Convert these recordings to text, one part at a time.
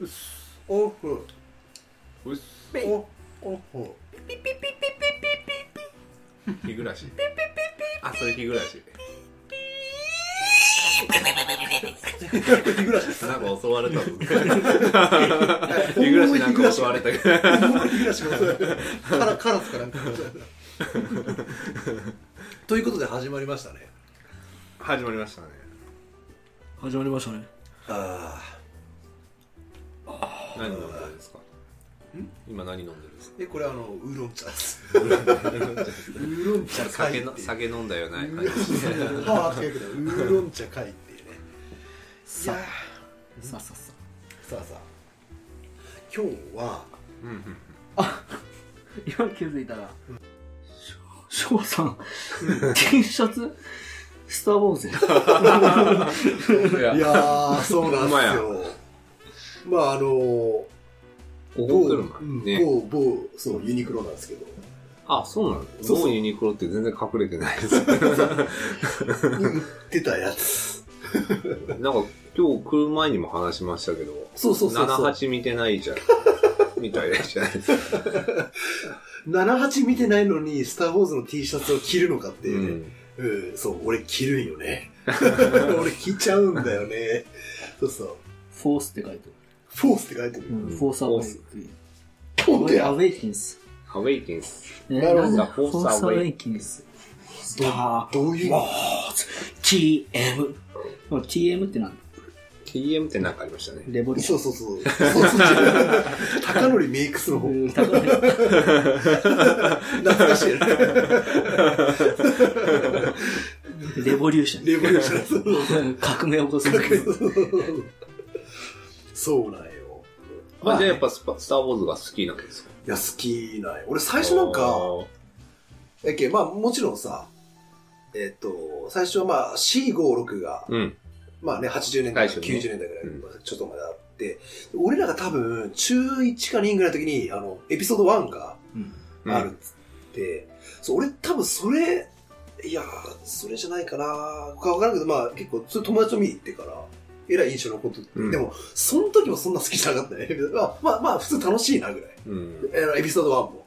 うっすオフうっすオオフ日暮らしあそれ日暮らし日暮らしですなんか襲われたぞ日暮らしなんか襲われたけど日暮らしがそうカラカラスからということで始まりましたね始まりましたね始まりましたねああ何飲んでるんですか今何飲んでるんですかでこれあのウーロン茶 ですウーロン茶会酒っていうの酒飲んだよなウいーロン茶はあけどウーロン茶会っていうねいやーさあさあささあさあ今日はうんうんあ今気づいたら翔さん T シャツスター・ウォーズいやいやーそうなんですほよまああのー怒某ってるうんね某某そうユニクロなんですけどあそうなんだそうそうもうユニクロって全然隠れてないです売ってたやつなんか今日来る前にも話しましたけどそうそうそうそう78見てないじゃんみたいなじゃないですか78見てないのに「スター・ウォーズ」の T シャツを着るのかっていうね、うん、そう、俺着るんよ ね。俺着ちゃうんだよね。そうそう。フォースって書いてフォースって書いてある、る。うんうんフォース・アウェフォーイクアスウっェてイやアウェイキンスアウェイキンスえなるほどんだフォース・アウェイキンススター・どういう意味ウォーズ TM この TM ってなんだ TM ってなんかありましたねレボリューシそうそうそう。そうそう高則メイクスのョ方。ン高い懐かしいね。レボリューショレボリューションそうそうそうン革命を起こすんだけどそうなんよ。まあ、じゃあやっぱスパスター・ウォーズが好きなんですかいや、好きなんよ。俺最初なんか、やけ、まあもちろんさ、えっと、最初はまあ C56 がうん。まあね、80年代、最初にね90年代ぐらい、ちょっとまであって、俺らが多分、中1か2ぐらいの時に、あの、エピソード1がうんあるっつって、そう俺多分それ、いやー、それじゃないかなかわからんけど、まあ結構、それ友達と見に行ってから、えらい印象のこと、うんでも、その時もそんな好きじゃなかったね。 まあまあ、まあ、普通楽しいなぐらい。うん。あのエピソード1も。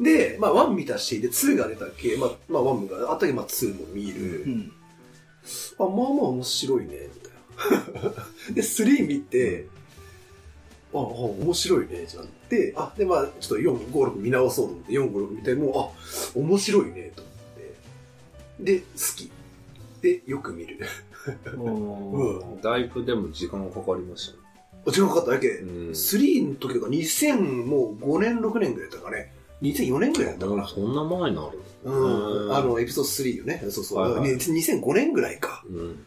で、まあ1見たし、で2が出たっけ、まあ、まあ1があったっけ、まあ2も見る。うんあまあまあ面白いねみたいな で3見て、ああ面白いねじゃんってあでまあちょっと456見直そうと思って456見てもうあ面白いねと思ってで好きでよく見るおーうんだいぶでも時間がかかりましたね。お時間かかっただけ、うん。 3の時とか2005年6年ぐらいだったかね2004年ぐらいだったかなそんな前になるう、うんんあのエピソード3よねそうそう、はいはいね2005年ぐらいかうん。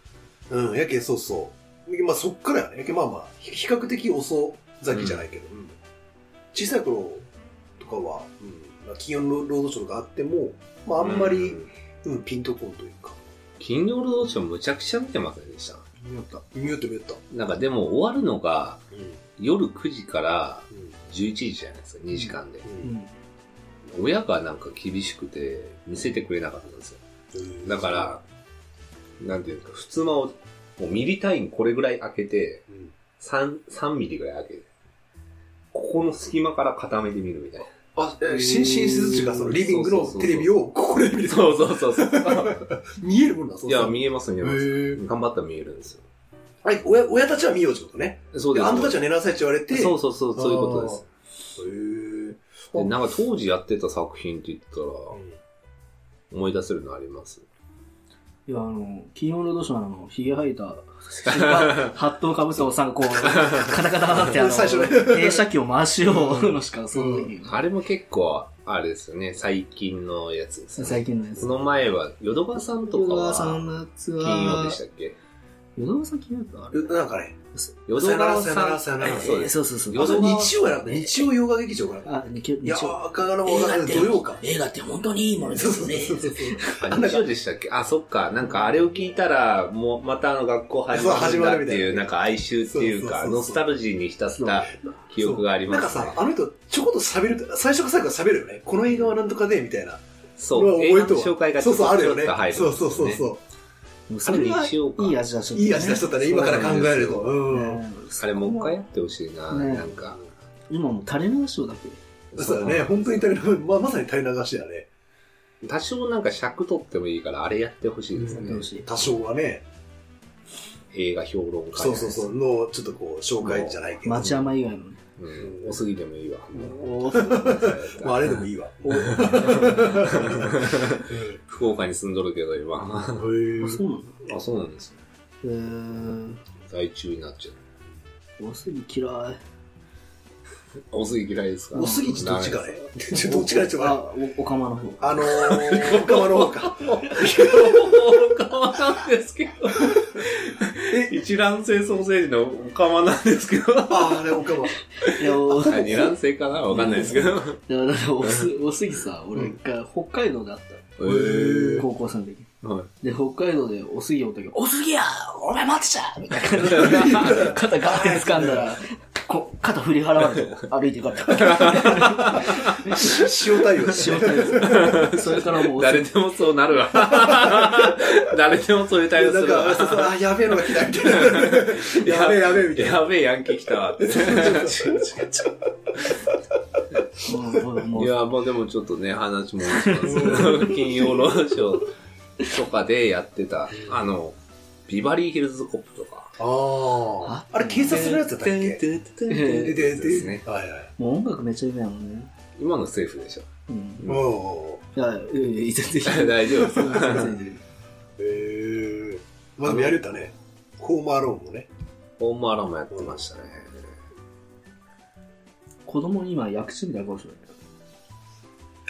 うん、やけそうそう。でまあそっからやね。やけまあまあ、ひ比較的遅咲きじゃないけど、うん小さい頃とかは、うん、まあ、金曜ロードショーがあっても、まああんまり、うん。うん、ピンとこんというか、金曜ロードショーむちゃくちゃ見てませんでした。見よった。見よった見よった。なんかでも終わるのがうん、夜9時から11時じゃないですか、2時間で。うん、ううん。ん親がなんか厳しくて見せてくれなかったんですよ。だか、ら、なんていうんですか、普通の、もうミリ単位これぐらい開けて、うん、 3、3ミリぐらい開けて、ここの隙間から固めてみるみたいな。あ、え新進室っていうか、そのリビングのテレビをここで見る。 そうそうそうそう。見えるもんな、そういや、見えます見ええます。る。頑張ったら見えるんですよ。はい、親、親たちは見ようってことね。そうでです。あんたたちは寝なさいって言われて、そうそうそう、そういうことです。へーあーでなんか当時やってた作品って言ったら、うん思い出せるのあります。いや、あの、金曜ロードショーのあの、ひげ生 えた、ハットをかぶったおっさんがこう、カタカタカタって、あの、最初ね映写機を回しようのしか、その時に、あれも結構、あれですよね、最近のやつですね。最近のやつ。その前は、ヨドバさんとか淀川さんは、のやつは、金曜でしたっけ淀川さん金曜だったあれなんかね、ヨさドよならバさよなさらん。さよなら。そう ですそうそうそう。淀あそ川れ日曜やな日曜洋画劇場かなあ、日曜、い日や曜。ー、かがなもわかんない。土曜か。映画って本当にいいものですよね。あ日曜でしたっけあ、そっか。なんかあれを聞いたら、もうまたあの学校始まるんだってそう始まるみたい、いうななんか哀愁っていうそうそうそうか、そうノスタルジーに浸った記憶がありなんまかすね。さ、あの人、ちょこっと喋ると、最初から最後まで喋るよね。この映画はなんとかで、みたいな。そう、まあ覚映え画のとは紹介がちそょうっそう、とあるちょよっと入るんですね。よね。そうそうそうそう。それあれがにしようかいい味出しちゃったねいい味出しちゃったね、今から考えると。うん。ねあれもう一回やってほしいな、ねなんか。今もう垂れ流しをだけそうだね、本当に垂れ流まあ、まさに垂れ流しだね。多少なんか尺取ってもいいから、あれやってほしいですね。うんしい多少はね、映画評論家。そうそうそう、の、ちょっとこう、紹介じゃないけど。町山以外のねうん。おすぎでもいい わ。おまあ、あれでもいいわ。お福岡に住んどるけど、今。あそうなんだあ、そうなんですね。へー在中になっちゃう。おすぎ嫌いおすぎ嫌いですかおすぎちどっちかね。ちょどっちかね、ちょっと待ってあおお釜の方あのー、岡間の方か。お 釜なんで すけど。一卵性ソーセージのお釜なんです けど。ああ、あれ、岡間。いやおあ二卵性かなわかんないですけど。へいやだからおすおすぎさ俺一回北海道で会ったのー高校生の時はいで北海道でおすぎおったけど「おすぎやお前待ってちゃ!」みたいな感じで 肩ガーって掴んだらこう肩振り払われて歩いていかれた塩対応。仕事ですそれからもうおす誰ぎでもそうなる わ。誰でもそういう対応すなんるか、わ。そうそうあ、やべえのが来た、みたいな。やべえ、やべえ、みたいな。やべえ、ヤンキー来たわって。もうもいうや、まあでもちょっとね、話もしますけど、金曜ロードショーとかでやってた、あの、ビバリーヒルズコップとか。ああ。あれ、警察のやつだったっけで、で、ですねで、。はいはい。もう音楽めっちゃ夢やもんね今のセーフでしょ。うんおおいやいやいやいや全然い い大丈夫です。全然いいー。へえ。まあ、でもやれたね。ホームアローンもね。ホームアローンもやってましたね。子供に今薬師みたいな顔してる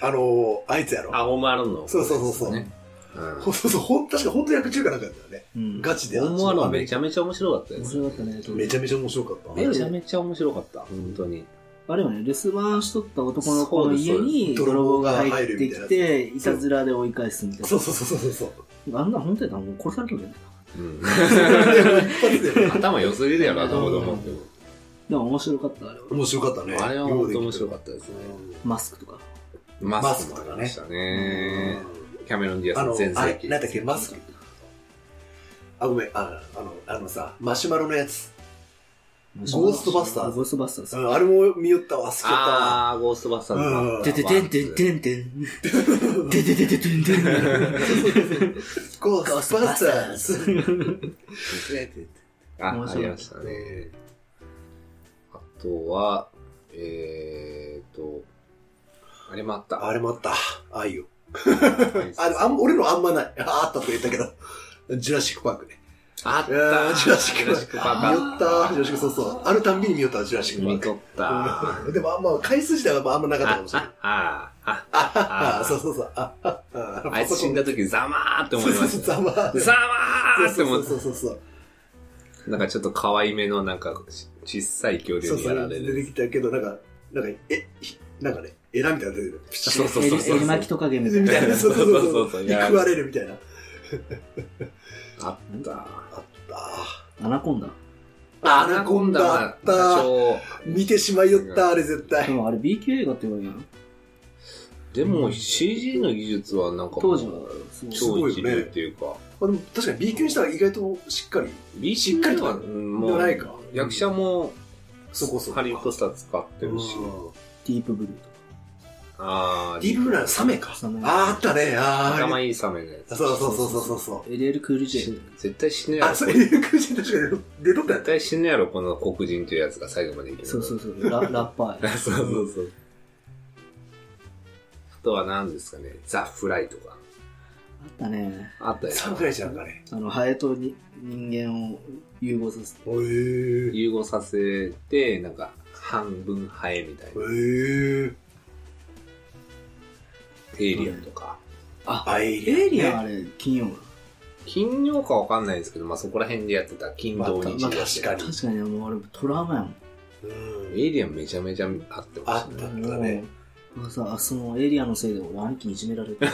あのー、あいつやろ。あ、ホームアローンの。そうそうそうそうねうんそうそうそう、ほん、確か本当に役中華なんかやったよね。うんガチで。ホームアローンめめちゃめちゃ面白かったで面す。白かったねとちゃめちゃ面白かった。めちゃめちゃ面白かった、本当に。あれよね留守番しとった男の子の家にそうですそうです泥棒が入って泥き棒が入るみたいていたずらで追い返すみたいなそうそうそうそうそう。あんな本当やったらもう殺されてるよねうんでも一発でね頭良すぎるやろ、頭と思っても。でも面白かったあれは面白かったね。あれは本当面白かったですね。マスクとかマスクもありましたね。キャメロン・ディあアの、ス全あれ盛、期。なんだっけ、マスク。あ、ごめん、ああの、あのさ、マシュマロのやつ。ゴーストバスターズゴーストバスターズうんあれも見よったわ、好きやったわ。あー、ゴーストバスターズうんの。でててんてんてんてん。でててててんてん。ゴーストバスターズ。あ、面白いありましたね。あとは、えーと、あれもあった。あれもあった。あいよ。あ、あでもあん俺のあんまない。ああったと言ったけど。ジュラシックパークね。あったうんジュラシックパ見よーっクあた。ジュラシック、そうそう。あるたんびに見よった、ジュラシックパー見ク。とった。うんでも、あんま回数自体はまああんまなかったかもしれない。ああ、ああそうそうそう。ああああいつ死んだ時ざまーって思いまそうそうそうした。ざまあざまーって思っそうそうそうそう。た。なんかちょっと可愛めのなんかち小さい恐竜そうにそやらう。れ出てる。きたけど、なんか、なんか、え、ひなんかね、エラみたいなの出てくる。ピシッ そうそうそうそうエリマキトカゲみたいみなた。いな。そうそうそうそう。そうそうそうに食われるみたいな。あった。あった。アナコンダ。アナコンダもあった多少見てしまいよった、あれ絶で対。もあれ B 級映画って言われるのでも CG の技術はなんかもう当時はすごい。そう超一流っていうか、まあでも確かに B 級にしたら意外としっかり、 B しっかりとかうんでもはうないか。役者もそこそこ。ハリウッドスター使ってるし、うんディープブルーとか。あディープブルーなサメか。サメあーあったね、あー頭いいサメのやつそうそうそうそうそう。 LL クール J し。絶対死ぬやろあ、そういう空人確かに、出とったや絶対死ぬやろこの黒人というやつが最後までいけるそうそうそう。ララッパーや。そうそうそうあとは何ですかねザ・フライとかあったね。あったやつサムフライじゃんかね。あの、ハエとに人間を融合させて。へぇ融合させてなんか半分ハエみたいなへぇテイリアンとかアイリアンね。エイリアンあれ、金曜金曜かわかんないですけど、まあ、そこら辺でやってた金土日まあ確かに確かにもうあれトラウマやもん。うんエイリアンめちゃめちゃあってまあしったんだね。もうさ、そのエイリアンのせいで俺兄貴にいじめ られてる。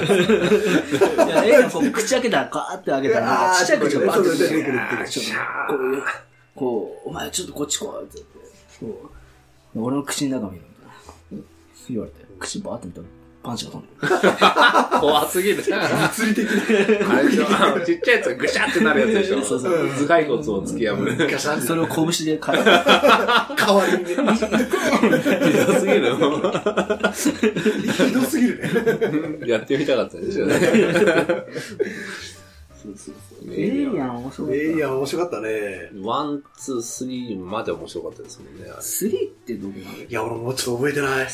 いや、エイリアンこう口開けたらガーって開けたら、なんかちっちゃい口がバーって出そうそうそう出ててくくるる。たちょっとこういう、こう、お前ちょっとこっち来いって言って、こう、俺の口の中見るみたいな。言われて、口バーって見たら、パンチが 飛んでる。怖すぎる。物理的な。あれでしょあのちっちゃいやつがぐしゃってなるやつでしょそうそう頭蓋骨を突き破る。ガシャンってそれを拳で変える。代わりにね。ひどすぎる。ひどすぎるね。やってみたかったですよね。そうそうそう。ねエイリアン面白かっえ えいた。や、面白かったね。ワン、ツー、スリーまで面白かったですもんね。あれ3ってどこなのいや、俺もうちょっと覚えてない。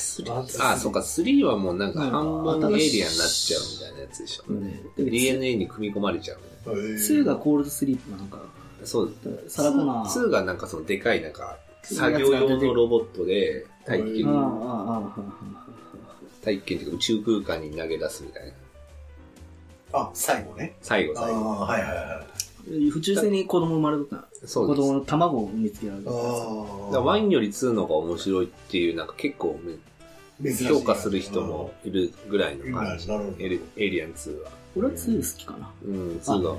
あ、そうか、3はもうなんかうん半分エイリアンになっちゃうみたいなやつでしょ。ねで DNA に組み込まれちゃう。えー ?2 がコールドスリープなのか、そうサラコナー。 2がなんかそのでかいなんか、作業用のロボットで大気ああ、ああ、あ圏、あ大気圏というか宇宙空間に投げ出すみたいな。あ、最後ね。最後あ最あ、後。はいはいはい。宇宙船に子供生まれとったなそう子です供。の卵を見つけられた。だからワインンより2の方が面白いっていう、なんか結構め評価する人もいるぐらいのな感るじ。ほど。エリエイリアン2は。俺は2好きかな。うん、2が。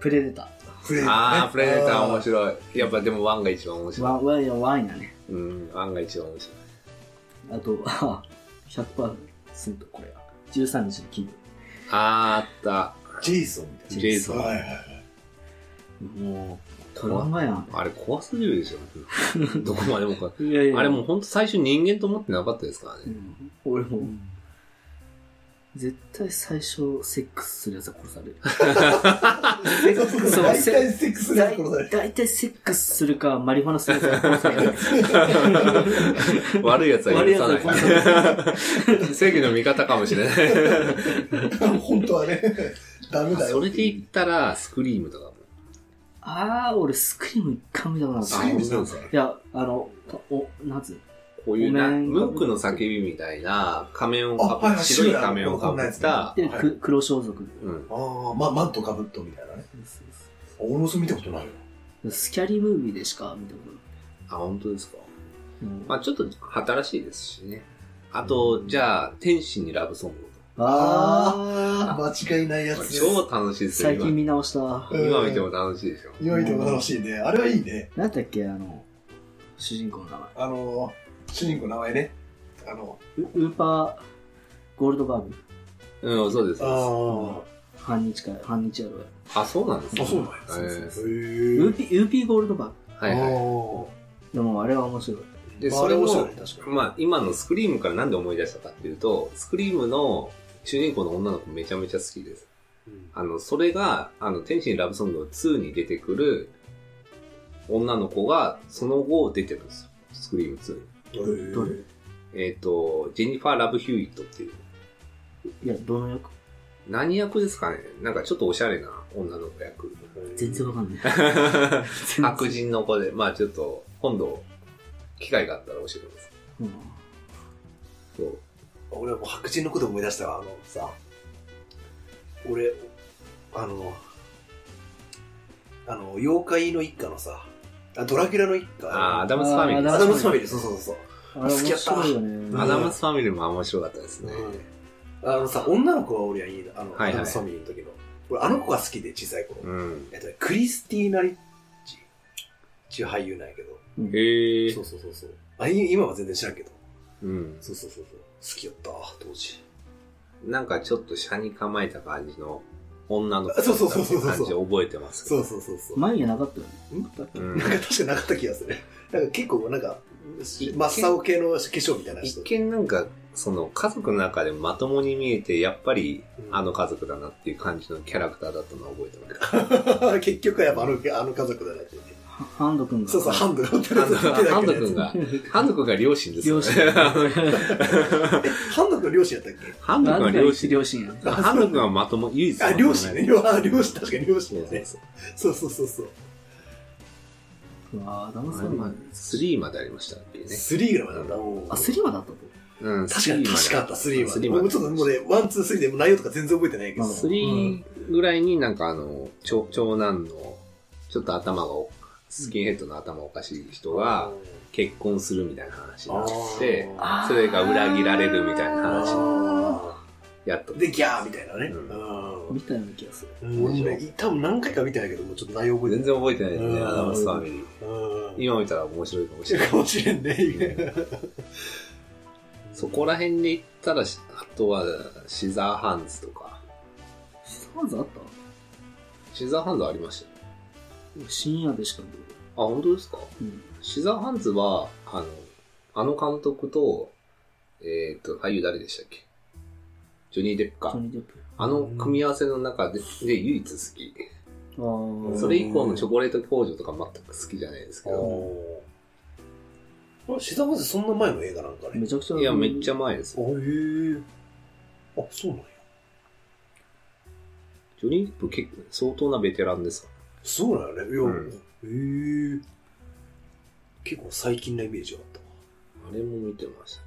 プレデタプレーああ、プレデター面白い。やっぱでも1が一番面ー。白い。ワン、ワンやワンやね。うん、1が一番面白い。あと、あ100%するとこれは。13日の金あーあっジェイソンみたいな。ジェイソンはいはいはい。曜。もう、トラウマやん。た。あれ怖すぎるでしょ。どこまでもか。いやいやあれもうほんと最初人間と思ってなかったですからう ね。ん俺も、絶対最初、セックスするやつは殺される。セックスそう大体セックスが殺される。大体セックスするか、マリファナするやつは殺さ れる。悪い奴は許さ悪ない奴は殺さい。正義の味方かもしれない。本当はね、ダメだよ。それで言ったら、スクリームとかも。あー、俺スクリーム一回も見たことなスかクリーっムしたんですかた。いや、あの、お、なんつうこういうな、ごめんムンクの叫びみたたいな仮面をかぶあはっいはい白い仮面をかぶった、で、はいく黒装束。うん。ああ、ま、マントかぶっとみたいなね。俺もそれ見たことないよ。スキャリームービーでしか見たことない。あ、本当ですか。うんまあちょっと新しいですしね。あと、じゃあ、天使にラブソングあー、間違いないやとか。つね。超楽しいですよ、最今近。見直した。うん今見ても楽しいですよ。良いとも楽しいね。あれはいいね。なんだっけ、あの、主人公の名前。あの、主人公の名前ね。あの、ウウーパー、ゴールドバーグ。うん、そうです。そうあ半日か、半日やろうや。ですあ、そうなんですあ。あ、そうなんや。えへーウーピー、ウーピーゴールドバーはいはい。グ。でもあれは面白い。で、まあそれあれ面白いもね確、かにまあ、今のスクリームからなんで思い出したかっていうと、スクリームの主人公の女の子めちゃめちゃ好きです。あの、それが、あの、天使にラブソングの2に出てくる女の子が、その後出てるんですよ。スクリーム2に。どどれれえっ、と、ジェニファー・ラブ・ヒューイットっていう、いや、どの役何役ですかねなんかちょっとおしゃれな女の 子役。全然わかんない。白人の子で、まあちょっと、今度、機会があったら教えてください。うん。そう。俺はもう白人のこと思い出したわ。あのさ、俺、あの、あの、妖怪の一家のさ、あドラキュラの一家。あーアアダムスファミリー。あアーダムスファミリー、そうそうそう。あれ面白いよ好きやダったね。ムスファミリーも面白かったですね。あのさ、女の子は俺はいいな。あの、はいはいアダムスファミリーの時の。俺、あの子が好きで、小さい頃。うん。えっとね、クリスティーナ・リッチっていう俳優なんやけど。うんへえそ。うそうそうそう。あ、い今は全然知らんけど。うん。そうそうそうそう。好きやった、当時。なんかちょっと車に構えた感じの女の子あそうそうそうそうそうだったって感じ覚えてますけそど。うそうそうそう。前にはなかったよね。うんなんか確かなかった気がする。なんか結構なんか、真っ青系の化粧みたいな一人。見なんか、その家族の中でまともに見えて、やっぱりあの家族だなっていう感じのキャラクターだったのは覚えてま す。結局はやっぱあのあの家族だなって、ね。ハハンド君が。そうそう、ハ ンドが乗ってるハンドハンド君が、ハンド君が両親ですよ両ね親。。ハンド君両親やったっけ ハンド君は両親。両親やね。ハンド君はまとも、唯一。あ、両親ね。。両あ両親、確かに両親そうだそうね。そう。そうそうそうそう。うわぁ、ダムスあれファミリまあー。 3までありましたっていうね。スリーぐらいまでだった。あ、スリーはだったと。うん、確かに、確かあった、スリーは。もうちょっともうね、ね、ワン、ツー、スリーでも内容とか全然覚えてないけど。まあスリーぐらいになんかあの、長長男の、ちょっと頭がお、スキンヘッドの頭おかしい人が、結婚するみたいな話になって、あそれが裏切られるみたいな話、あやっと。ーで、ギャーみたいなね。うみたいな気がする。うん。俺ね、多分何回か見たんやけど、もうちょっと内容覚えてな全い。然覚えてないですね、うんアダムスファミリー。うん。 今見たら面白いかもしれないか。もしれんね。そこら辺で言ったらし、あとは、シザーハンズとか。シザーハンズあっシザーハンズありましたよた深夜でしか見てあ、本当ですかない。うん。シザーハンズは、あの、あの監督と、えっ、と、俳優誰でしたっけジョニー・デップジョか。ニー・デップ。あの組み合わせの中で、で唯一好き。あーそれ以降のチョコレート工場とか全く好きじゃないですけど。あ、シザーハンズそんな前の映画なんかね。めちゃくちゃ。いや、めっちゃ。ゃ前ですあ、よ。へえ。あ、そうなんや。ジョニー・デップ結構相当なベテランですかそうなんやね。いや、うへんえ。結構最近なイメージがあったわ。らあれも見てましたね。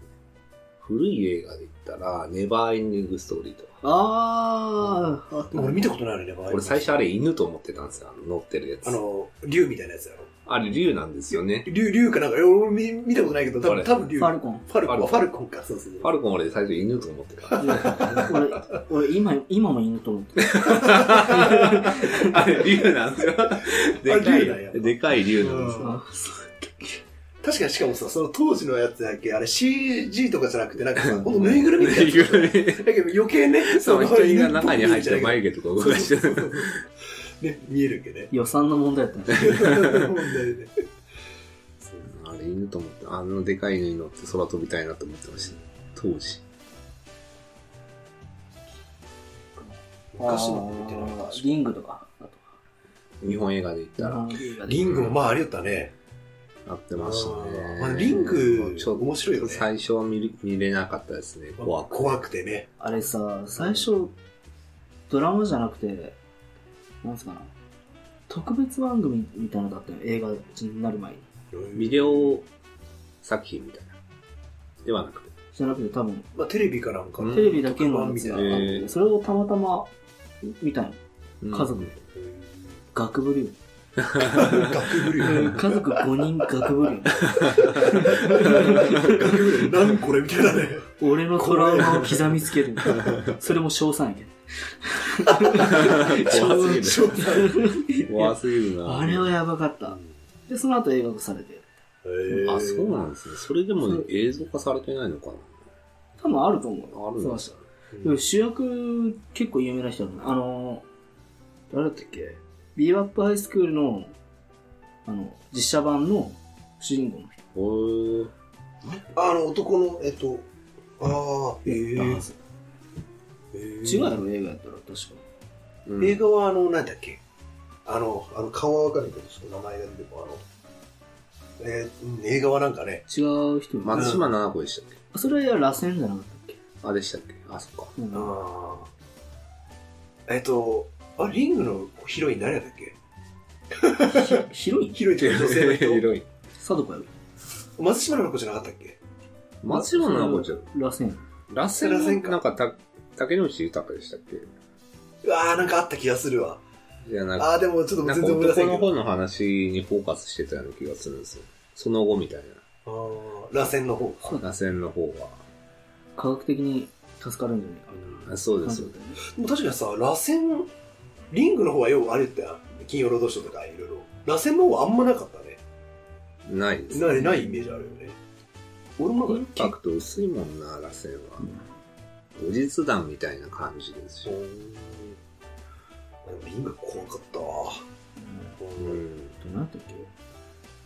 古い映画で言ったら、ネバーエンディングストーリーとか。あーあっでも俺見たことないのね、場合俺最初あれ犬と思ってたんですよ、あの乗ってるやつ。ああの、竜みたいなやつやろ。れ竜なんですよね。竜、竜かなんか、俺見見たことないけど、多あ分、れ多分竜。ファル コン。ファルコン。フファァルコンか。そうそうそう。ファルコン俺最初犬と思っ てた。いや俺、俺今、今も犬と思ってる。あれ竜なんですよ。 でかあ竜なんやい、でかい竜なんですうんよ。あ。確かにしかもさ、その当時のやつだっけ、あれ CG とかじゃなくて、なんかさ、ほんとぬいぐるみみ たいなやつ。だけど余計ね、そう、の人が中に入って犬っ眉毛とか動ぽくか見えしてちゃうけどる。そうそうそうね、見えるけど ね予算の問題だったね。問題ねあれ犬と思って、あのでかい犬に乗って空飛びたいなと思ってました。当時。昔のも見てないあーリングとか。あと日本映画で言ったら、リングもまあありだったね。なってましたあね。ーまあリングちょっと面白いよね最初は見れ見れなかったですね。怖く。怖くてね。あれさ、最初、ドラマじゃなくて、なんすかな、特別番組みたいなのだったよ、映画になる前に。ビデオ作品みたいな。ではなくて。じゃなくて多分、まあテレビかなんかのうんテレビだけのやつがあって、特番みたいなそれをたまたま見たの。うん家族で。学部流。学ぶり家族5人学部流。何これみたい なね。俺のトラウマを刻みつける。それも賞賛やけど。怖 すぎる。超怖すぎるな。 あれはやばかった。で、その後映画化されて。あ、そうなんですね。それでも映像化されてないのか多分あると思う。な。あるんですよ。でも主役、結構有名な人だね。あの、誰だったっけビーバップハイスクールの、あの、実写版の主人公の人。おーあの、男の、えっと、ああ、えダンースえ違うやー。ろ、映画やったら、確か。うん映画はあの、なんだっけあの、あの顔はわかるけど、ちょっと名前が出てこないあの、えーうん映画はなんかね、違う人松島菜々子でしたっけあそれは螺旋じゃなかったっけあ、でしたっけあ、そっか。うんあーえっと、あ、リングのヒロイン誰だっけひヒロインヒロインっていうか女性の 人。広い。佐渡かよ。松島の子じゃなかったっけ松島菜々子ちゃん。螺旋。螺旋螺旋のかなんかた、竹野内豊でしたっけうわーなんかあった気がするわ。じゃなくあーでもちょっとな全ん然思いか出せない男のけど。方の話にフォーカスしてたような気がするんですよ。その後みたいあー螺旋の方か。そうな。だ螺旋の方科学的に助かるんじゃないかみが。あそうたでいなすよ感。じだったよね。でも確かにさ、螺旋、リングの方はようあれって、金曜ロードショーとかいろいろ。螺旋の方はあんまなかったね。ないです。ない、ないイメージあるよね。俺もなんかインパクト薄いもんな、螺旋は。後日談みたいな感じですうよ。んでもリング怖かったわ。うん。うんどうなったっけ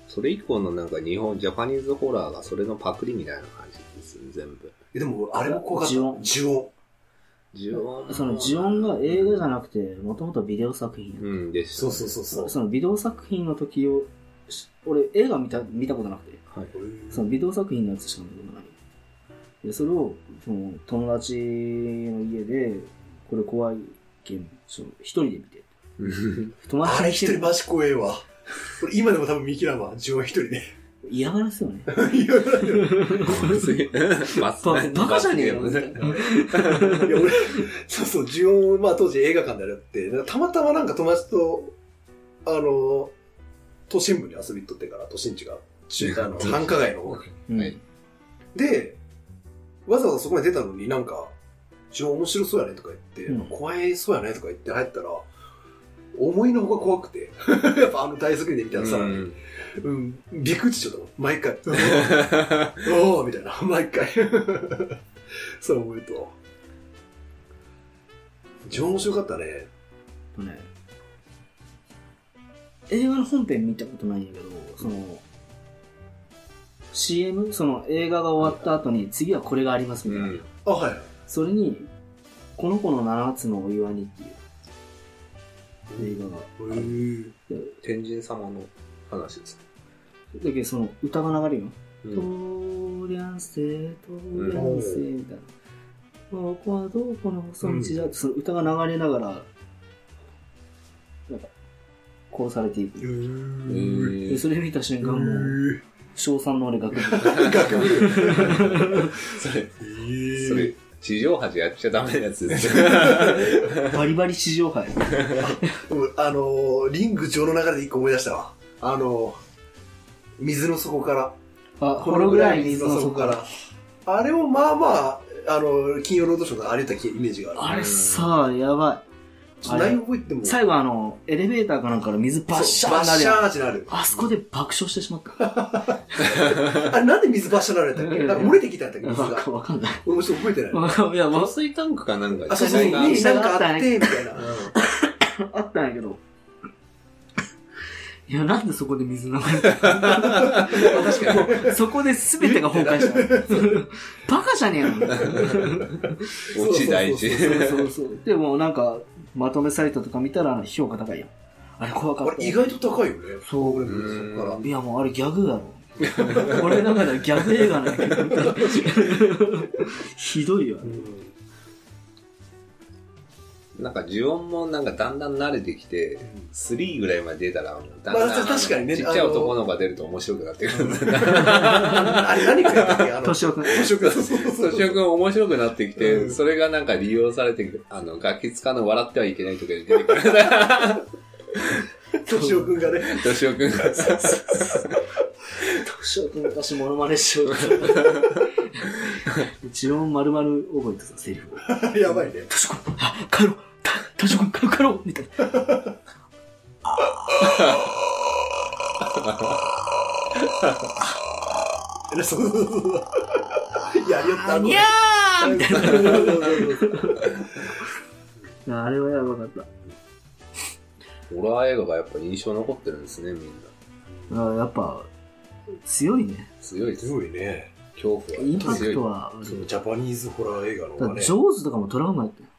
それ以降のなんか日本、ジャパニーズホラーがそれのパクリみたいな感じです、全部。えでもあれも怖かった。呪音呪音。呪音その呪音が映画じゃなくて、もともとビデオ作品やったうん、でしたそね、うそうそうそう。そのビデオ作品の時を、し俺映画見た見たことなくて、はい。そのビデオ作品のやつしか見たことない。で、それを、その友達の家で、これ怖いけん、そう一人で見て。うん友達あがれ来て一人マジ怖えわ。俺今でも多分見切らんわ。呪音一人 で。嫌がらせよ ね。いやバババカじゃねえよ。罰ゲームねいや俺、そうそう、呪音、まあ当時映画館でやって、なんかたまたまなんか友達と、あの、都心部に遊びに行っとってから、都心地が、中あの繁華街の方うんはいで、わざわざそこまで出たのになんか、呪音面白そうやねとか言って、うん怖いそうやねとか言って入ったら、思いのほか怖くて。 やっぱあの大作で見たらさ、ううんん。びくっちゃったもん。毎 回。おおみたいな。 毎回。そう思うと。超面白かったね。とね、映画の本編見たことないんだけど、その、CM? その映画が終わった後に、次はこれがありますみうたいな。ん。あ、はい。それに、この子の7つのお祝いにっていう映画が。へー天神様の話です。だけどその歌が流れるよ。うとん。ーりゃんせー、とーりゃんせーみたいな。ここはどこの細道だって、その歌が流れながら、なんか、殺されていく。えうで、ーそれ見た瞬間もう、ーん。小3の俺学部。学部。それ、えそれ、地上波じゃやっちゃダメなやつです。バリバリ地上波 うんあのーリング上の中で一個思い出したわ。あのー水の底から。あ、 ここののぐぐららいい水水のの底底かからら。。あれもまあまあ、あのー金曜ロードショーとかあり得たイメージがある。あれさあ、やばちょっと内容覚えても。い。最後あの、エレベーターかなんかの水バッシャーバッになるシャやんーってなる。あそこで爆笑してしまった。あれなんで水バッシャーになるんだっけなんか漏れてきたんだっけ、 水わかが。わかんない。俺もちょっと覚えてない。わかんないや、防わ水タンクかなんかあ、そうそそうう、火災にがねなんかあって、みたいな。あったんやけど。 いや、なんでそこで水流れて 確かに。るそこで全てが崩壊した。バカじゃねえの落ち大事。そうそうそう。でもなんか、まとめサイトとか見たら評価高いやん。あれ怖かあったれ。意外と高いよね。そう俺もそっから。いやもうあれギャグだろ。俺の中ではギャグ映画なんだけど。ひどいよ。うんなんか呪音もなんかだんだん慣れてきて、3ぐらいまで出たら、だんまあだん、確かにねちっちゃい男の子が出ると面白くなってくる。あれ何かやったっけあの、年尾くん。年くん。そうそうそう年尾くん面白くなってきて、うんそれがなんか利用されてくる。あの、ガキ使の笑ってはいけないとかに出てくる。年尾くんがね。年尾くんが。年尾くん昔モノマネしようとした。 一応丸々覚えてたセリフを。やばいね。年尾くん、あ帰ろう。た年尾くん、帰ろう帰ろうみたいな。そうそうそう。やりよった。にゃーみたいいな。あれはやばかった。ホラー映画がやっぱ印象残ってるんですね、みんな。あやっぱ、強いね。強いですす。ごいね。恐怖インパは強クいト。はあそるのジャパニーズホラー映画のだ方かがらね。ジョーズとかもトラウマやったよ。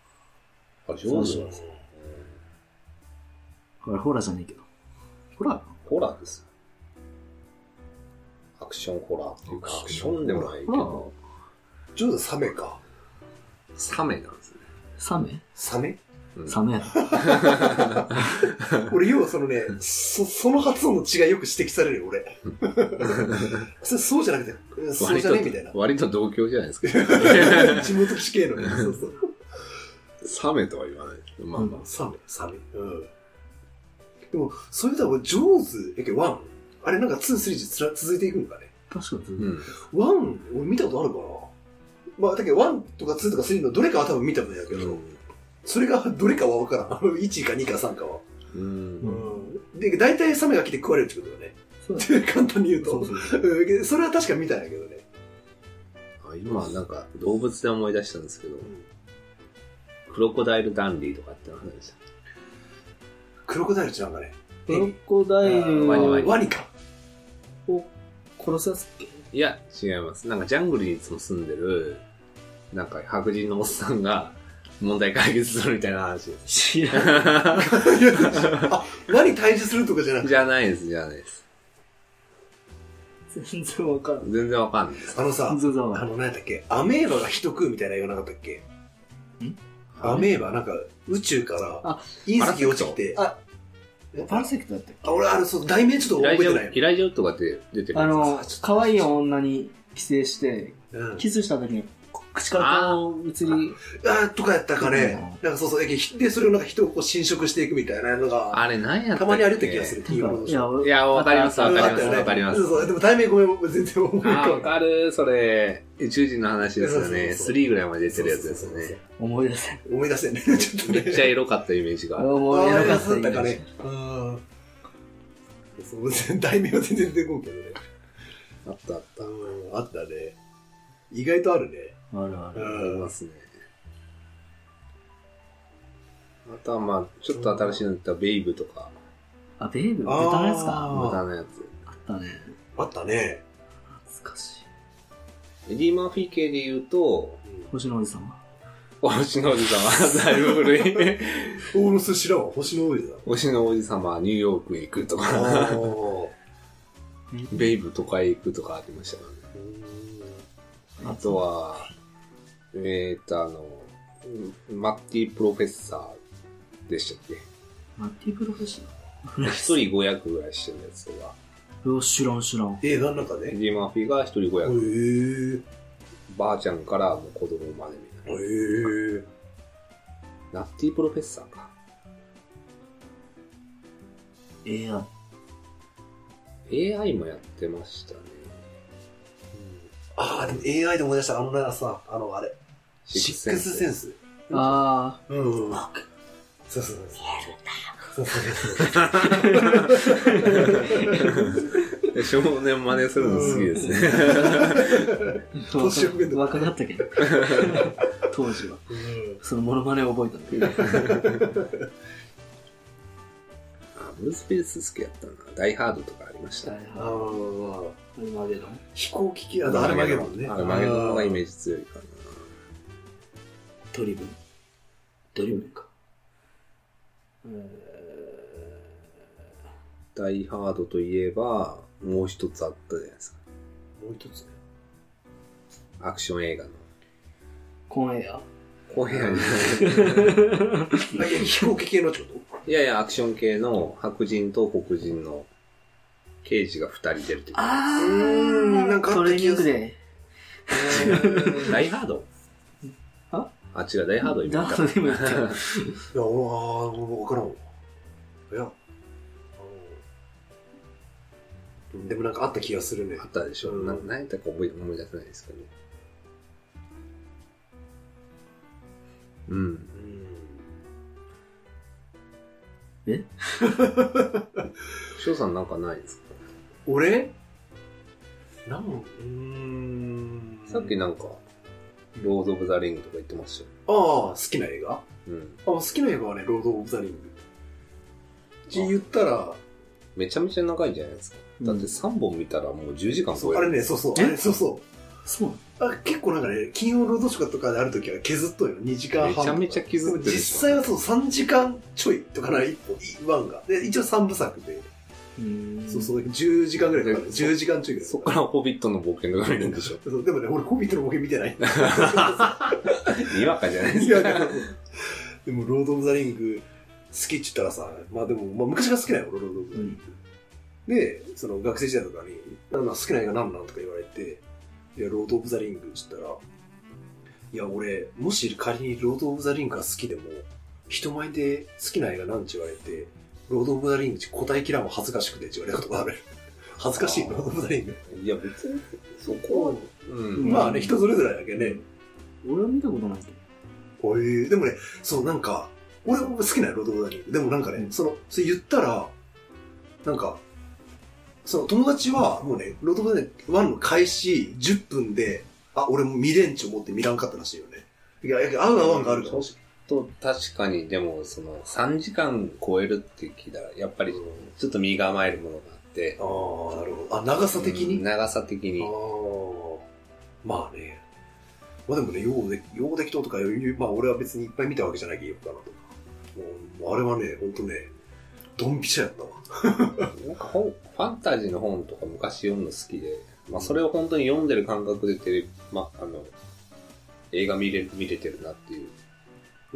あ、上手なんですねうあれホラーじゃねえけど。ホラーホラーですよ。アクションホラーっていうか、アアククシションョンでもないけホラーど、んジョーズサメか。サメなんですね。サメサメうんサメやろ。俺、要はそのね、そ、その発音の違いよく指摘されるよ、俺。それそうじゃなくて、うんそう割じゃとねみたいな、。割と同居じゃないですか。 地元死刑のね。そうそう。サメとは言わない。まあまあ。サメ、サメ。うん。でも、そういうと俺、ジョーズ、えけ、ワンあれ、なんか2、3つら続いていくんかね。確かうに。ん。ワン、俺見たことあるかな。まあ、だけど、ワンとかツーとかスリーのどれかは多分見たことないけど、それがどれかは分からん。1か2か3かは。うん。うん。で、大体サメが来て食われるってことだよね。そう 簡単に言うと。そうそうそう。うんけどそれは確か見たんやけどね。あ今なんか動物で思い出したんですけど、クロコダイルダンディとかって話でした。クロコダイルちなんかね。クロコダイルワニワニワニか。 を殺すやつっけいや、違います。なんかジャングルにいつも住んでる、なんか白人のおっさんが問題解決するみたいな話です。知らない。いやあ、ワニ退治するとかじゃなくて。じゃないです、じゃないです。全然わかんない。全然わかんないです。あのさ全、然わあかんない。の、何やったっけアメーバが人食うみたいな言わなかったっけアメーバ、なんか、宇宙からあ、隕石落ちてきて、あ、えパラセクトだったっけ俺、あれ、そう、題名ちょっイとライ覚ジえてャないイライジャウッドが出てるやつあの、可愛い女に寄生して、うん。キスした時に、こ口からこう、移り、あーとかやったかね。なんかそうそう。だけどひで、それをなんか人をこう侵食していくみたいなのが、あれ何やたったっけまにあるって気がする。黄色のいや、いや、わかります、わかります、うんあったよねわかりますそう。そう。でも、題名ごめん、全然思い浮あかーばわない。かる、それ。宇宙人の話ですそようそうね。そう3ぐらいまで出てるやつですよね。思い出せん。思い出せんね。 ちょっとめね。っちゃエロかったイメージがある。思いあ出あ、かやっつただったかね。うん。そう、全題名は全然出てこんけどね。あったあった。うん、あったね。意外とあるね。あるあうる。ありん。ますね。あとはまあ、ちょっと新しいの言ったらベイブとか、あ、ベイブ豚のやつあか。ー無駄なやつ。あったね。あったね。懐かしい。エディ・マーフィー系で言うと、星のおじさんは。星のおじさま、だいぶ 古い。オールス知らんわ、星の王子だ。星のおじさま、ニューヨークへ行くとあか、ーベイブ都会へ行くとかありましたからね。あとは、えーっと、あの、うんマッティプロフェッサーでしたっけマッティプロフェッショナル。一人5役ぐらいしてるやつとか、うわ、知らん知らん。映画の中エデでィ・マーフィーが一人5へ役、え。ばあちゃんからもう子供までみたいな。へえ。マッティプロフェッサーか。ええや。 AI もやってましたね。ああ、でも AI で思い出した、あのなさ、あの、あれ、シックスセンス。ス。あうん。あ。そうそうそう。そうそう 少年真似するの好きですね。年上の若かったけど。当時は。そう。うん。そのモノマネを覚えたんだけど。あブルース・ペース好きやったな。ダイハードとかありました。ああーれまでの。飛行機機、あの、アルマゲドンね。アルマゲドンの方がイメージ強いかな。ドリブン。ドリブンか。えダイハードといえば、もう一つあったじゃないですもう一つ。か。アクション映画の。ーコーンエア後編やねあいや飛行機系のちょっと。いやいや、アクション系の白人と黒人の刑事が二人出るっていうあーうんなんかあトっレたー気ニンがグするで。ダイハードああ、違う、ダイハード今ダ見たートでもやったよ。い や、俺は、俺わからんわ。いや、あの、でもなんかあった気がするねあ。ったでしょ。うんな何やったか覚え思い出せないですけど。うん。え翔さんなんかないですか俺なん、うーん。さっきなんか、ロード・オブ・ザ・リングとか言ってましたよ。ああ、好きな映画あ、うん。好きな映画はね、ロード・オブ・ザ・リング。って言ったら、めちゃめちゃ長いじゃないですか。だって3本見たらもう10時間そ超う、えあるれ。ね、そうそう、あえれ、そうそう。そうなのあ結構なんかね、金曜ロードショーとかであるときは削っとるよ。2時間半めとか。ちゃめちゃで削もってる。実際はそう、3時間ちょいとかな、一本、一ワンが。で、一応3部作で、そうそう、10時間ぐらいかかる。そう10時間ちょいぐらいそっからホビットの冒険が見れるん でしょ。そうでもね、俺、ホビットのボケ見て ない。にわかじゃないでいすやか。でも でも、ロード・オブ・ザ・リング、好きって言ったらさ、まあでも、まあ昔が好きなよ、俺ロード・オブ・ザ・リング。で、その学生時代とかに、あの好きな映画なんなんとか言われて、いや、ロード・オブ・ザ・リングって言ったら、いや、俺、もし仮にロード・オブ・ザ・リングが好きでも、人前で好きな映画なんて言われて、ロード・オブ・ザ・リングって答えきらんは恥ずかしくてって言われたことがある。 恥ずかしい、ロード・オブ・ザ・リング。いや、別に、そこは、うん。まあね、人それぞれだけどね、俺は見たことないけど。おいでもね、そう、なんか、俺も好きなよ、ロード・オブ・ザ・リング。でもなんかね、うんその、それ言ったら、なんか、その友達は、もうね、ロード・オブ・ザ・リング1の開始10分で、あ、俺も見れんち思って見らんかったらしいよね。いや、いや合う合わんがあるかもしと、確かに、でも、その、3時間超えるって聞いたら、やっぱれりない、。ちょっと身構えるものがあって、ああ、なるほど。あ、長さ的に、うん長さ的に。ああ。まあね。まあでもね、ようで、ようできとうとかいう、まあ俺は別にいっぱい見たわけじゃないけど、よくかなとか。もう、あれはね、ほんとね、ドンピシャやったわ。なんか本、ファンタジーの本とか昔読むの好きで、まあ、それを本当に読んでる感覚でテレビ、まあ、あの、映画見れ、見れてるなっていう。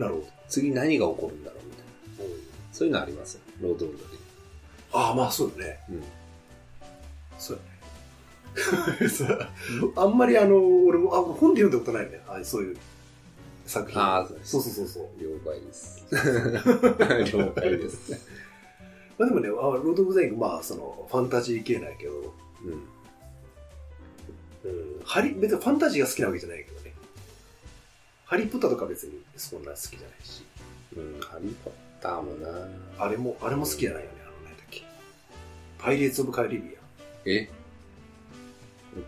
なるほど。次何が起こるんだろうみたいな。うんそういうのありますよ。ロードオブザリングああ、まあそうだね。うんそうだね。 さあんまりあの、俺も、あ、本で読んだことないね。あそういう作品。ああ、そうですそうそうそうそう。了解です。 了解です。まあでもね、あロード・オブ・ザ・イング、まあ、その、ファンタジー系なんやけど、うん。うん、ハリ、別にファンタジーが好きなわけじゃないけどね。ハリー・ポッターとか別にそんな好きじゃないし、うん、ハリーポッターもなあれも、あれも好きじゃないよね、あの、なんだっけ。パイレーツ・オブ・カリビアえ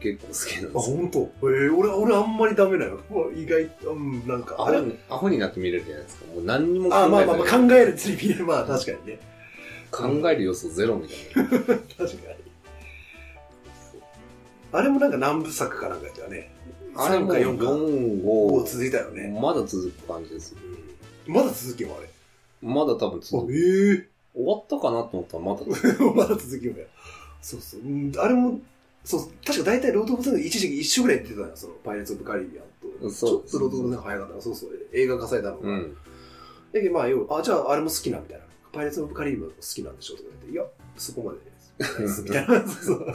結構好きなんン。あ、ですよ本当。ええ俺、俺あんまりダメなの。 うわ意外と、うん、なんか、アあホれにアホになって見れるじゃないですか。もう何にもあ、まあまあまあ、考えるずつに見れる。まあ、確かにね。考える要素ゼロみたいな。確かに。あれもなんか何部作かなんかやったよね。あれ3もか4か。 4、も5う、続いたよね。まだ続く感じです。まだ続きもあれ。まだ多分あ続く。ええ終わったかなと思ったらまだ続 く。まだ続きもや。そうそう。うんあれも、そう、確か大体ロード・オブ・ザ・一時期一緒ぐらいって言ってたよ、その、パイレーツ・オブ・カリビアンと。そうちょっとロード・オブ・ザ・早かったな、そうそう。映画化されたのが。うだん。けど、まあ、要は、あ、じゃああれも好きな、みたいな。パイレーツ・オブ・カリビアンも好きなんでしょうとか言って、いや、そこまで です。みたいな。そうそう。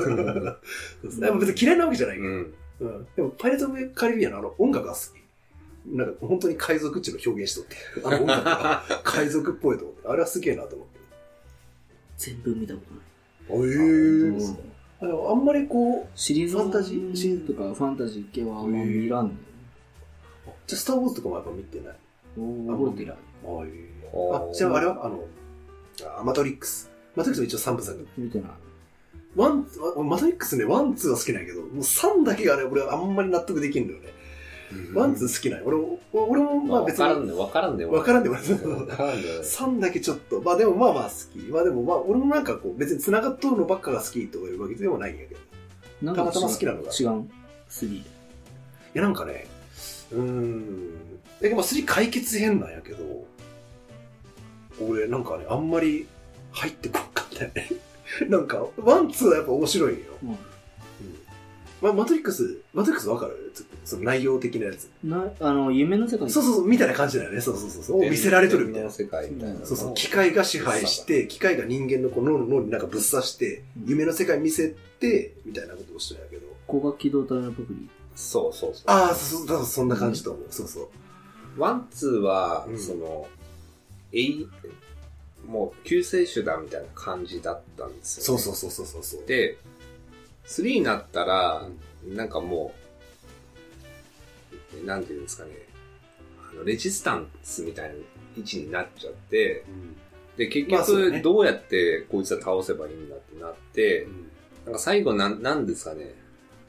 そうでも別に嫌いなわけじゃないけど。うん。うんでも、パイレーツ・オブ・カリビアンのあの音楽が好き。なんか、本当に海賊っていうのを表現しとって。あの音楽 が海賊っぽいと思って。あれはすげえなと思って。全部見たことない。ええーうんあのあんまりこう、シリーズファンタジーシリーズとかファンタジー系はあんま見らんねじゃあスター・ウォーズとかもやっぱ見てない。ん。あ覚えてない。あ、あじゃああれはあの、あマトリックス。マトリックスも一応3部作。見てない。ワン、あマトリックスね、ワン、ツーは好きなんやけど、もう3だけがね、俺あんまり納得できんのよね。ワン、ツー好きなんや。俺、俺俺もままあ、あわ別からんに、ね、わからんね。わからんでもわからんね。 3だけちょっと、まあでもまあまあ好き。まあでもまあ、俺もなんかこう、別に繋がっとるのばっかが好きとかいうわけでもないんやけど。いなんたまたま好きなのが違う。3。やなんかね、うーん。え、まあ3解決編なんやけど、俺なんかね、あんまり入ってこんかったよね。 なんか、ワン、ツーはやっぱ面白いんよ。うんまマトリックス、マトリックスわかるちょっとその内容的なやつ。なあの夢の世界そうそうそう、みたいな感じだよね。そうそうそうそう。見せられとるみたいな。世界みたいな。そうそう、機械が支配して、機械が人間のこう脳の脳になんかぶっ刺して、夢の世界見せて、みたいなことをしてるんやけど。光学機動隊のパクリそうそうそう。ああ、そうそう、多分そんな感じと思う。そうそう。ワン、ツーは、うんその、えい、もう救世主だみたいな感じだったんですそよ、うそうそうそうそうそう。で、スリーになったら、なんかもう、なんていうんですかね、あのレジスタンスみたいな位置になっちゃって、うんで、結まあそうだ局ねどうやってこいつは倒せばいいんだってなって、うんなんか最後なん、なんですかね、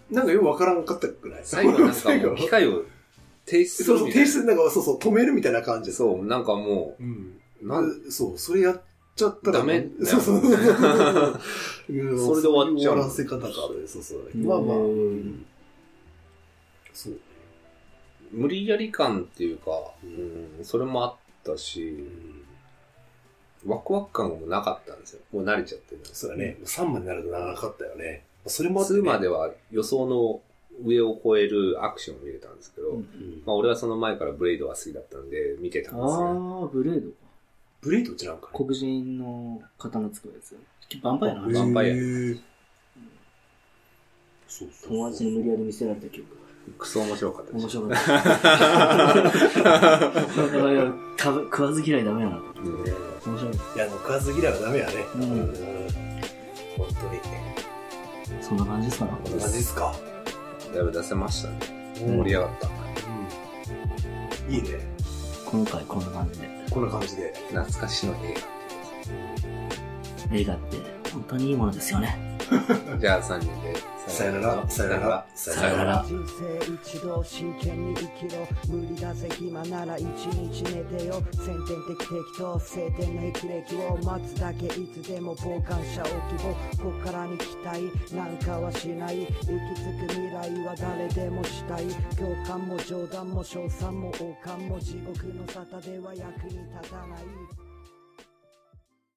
なんかよくわからんかったくない最後なんか 最もう機械を停止すそうるそう、み停たい止な。する、なんか、そうそう、止めるみたいな感じう。そう、なんかもうん。う、なん、そう、それやっちゃったら。ダメ そうそう そう。うんそれで終わっちゃう終わらせ方があるね。そうそう。まあまあ。うんうんそう。無理やり感っていうか、うん、それもあったし、ワクワク感もなかったんですよ。もう慣れちゃってる。そうだね。3までなると長かったよね。それもあってね2までは予想の上を超えるアクションを見れたんですけど、うんうんまあ俺はその前からブレイドは好きだったんで見てたんですよ、ね。ああブレードかブレイドってなんかね黒人の刀使うやつヴァンパイアのヴァ話ンパイアへーそうそうそう友達に無理やり見せられた記憶がクソ面白かったです面白かったいや食べ食わず嫌いダメやなうん面白いいや、もう食わず嫌いはダメやね。うん本当に。そんな感じですかねこんな感じですか。だいぶ出せましたね。うん盛り上がった。いいね。今回こんな感じでこんな感じで。懐かしの映映画って本当にいいものですよね画。じゃあ3人で、さよなら、さよなら、さよなら人生一度真剣に生きろ無理だぜ暇なら一日寝てよ先天的適当晴天の霹靂を待つだけいつでも傍観者を希望ここからに期待なんかはしない行き着く未来は誰でもしたい共感も冗談も称賛も王冠も地獄の沙汰では役に立たない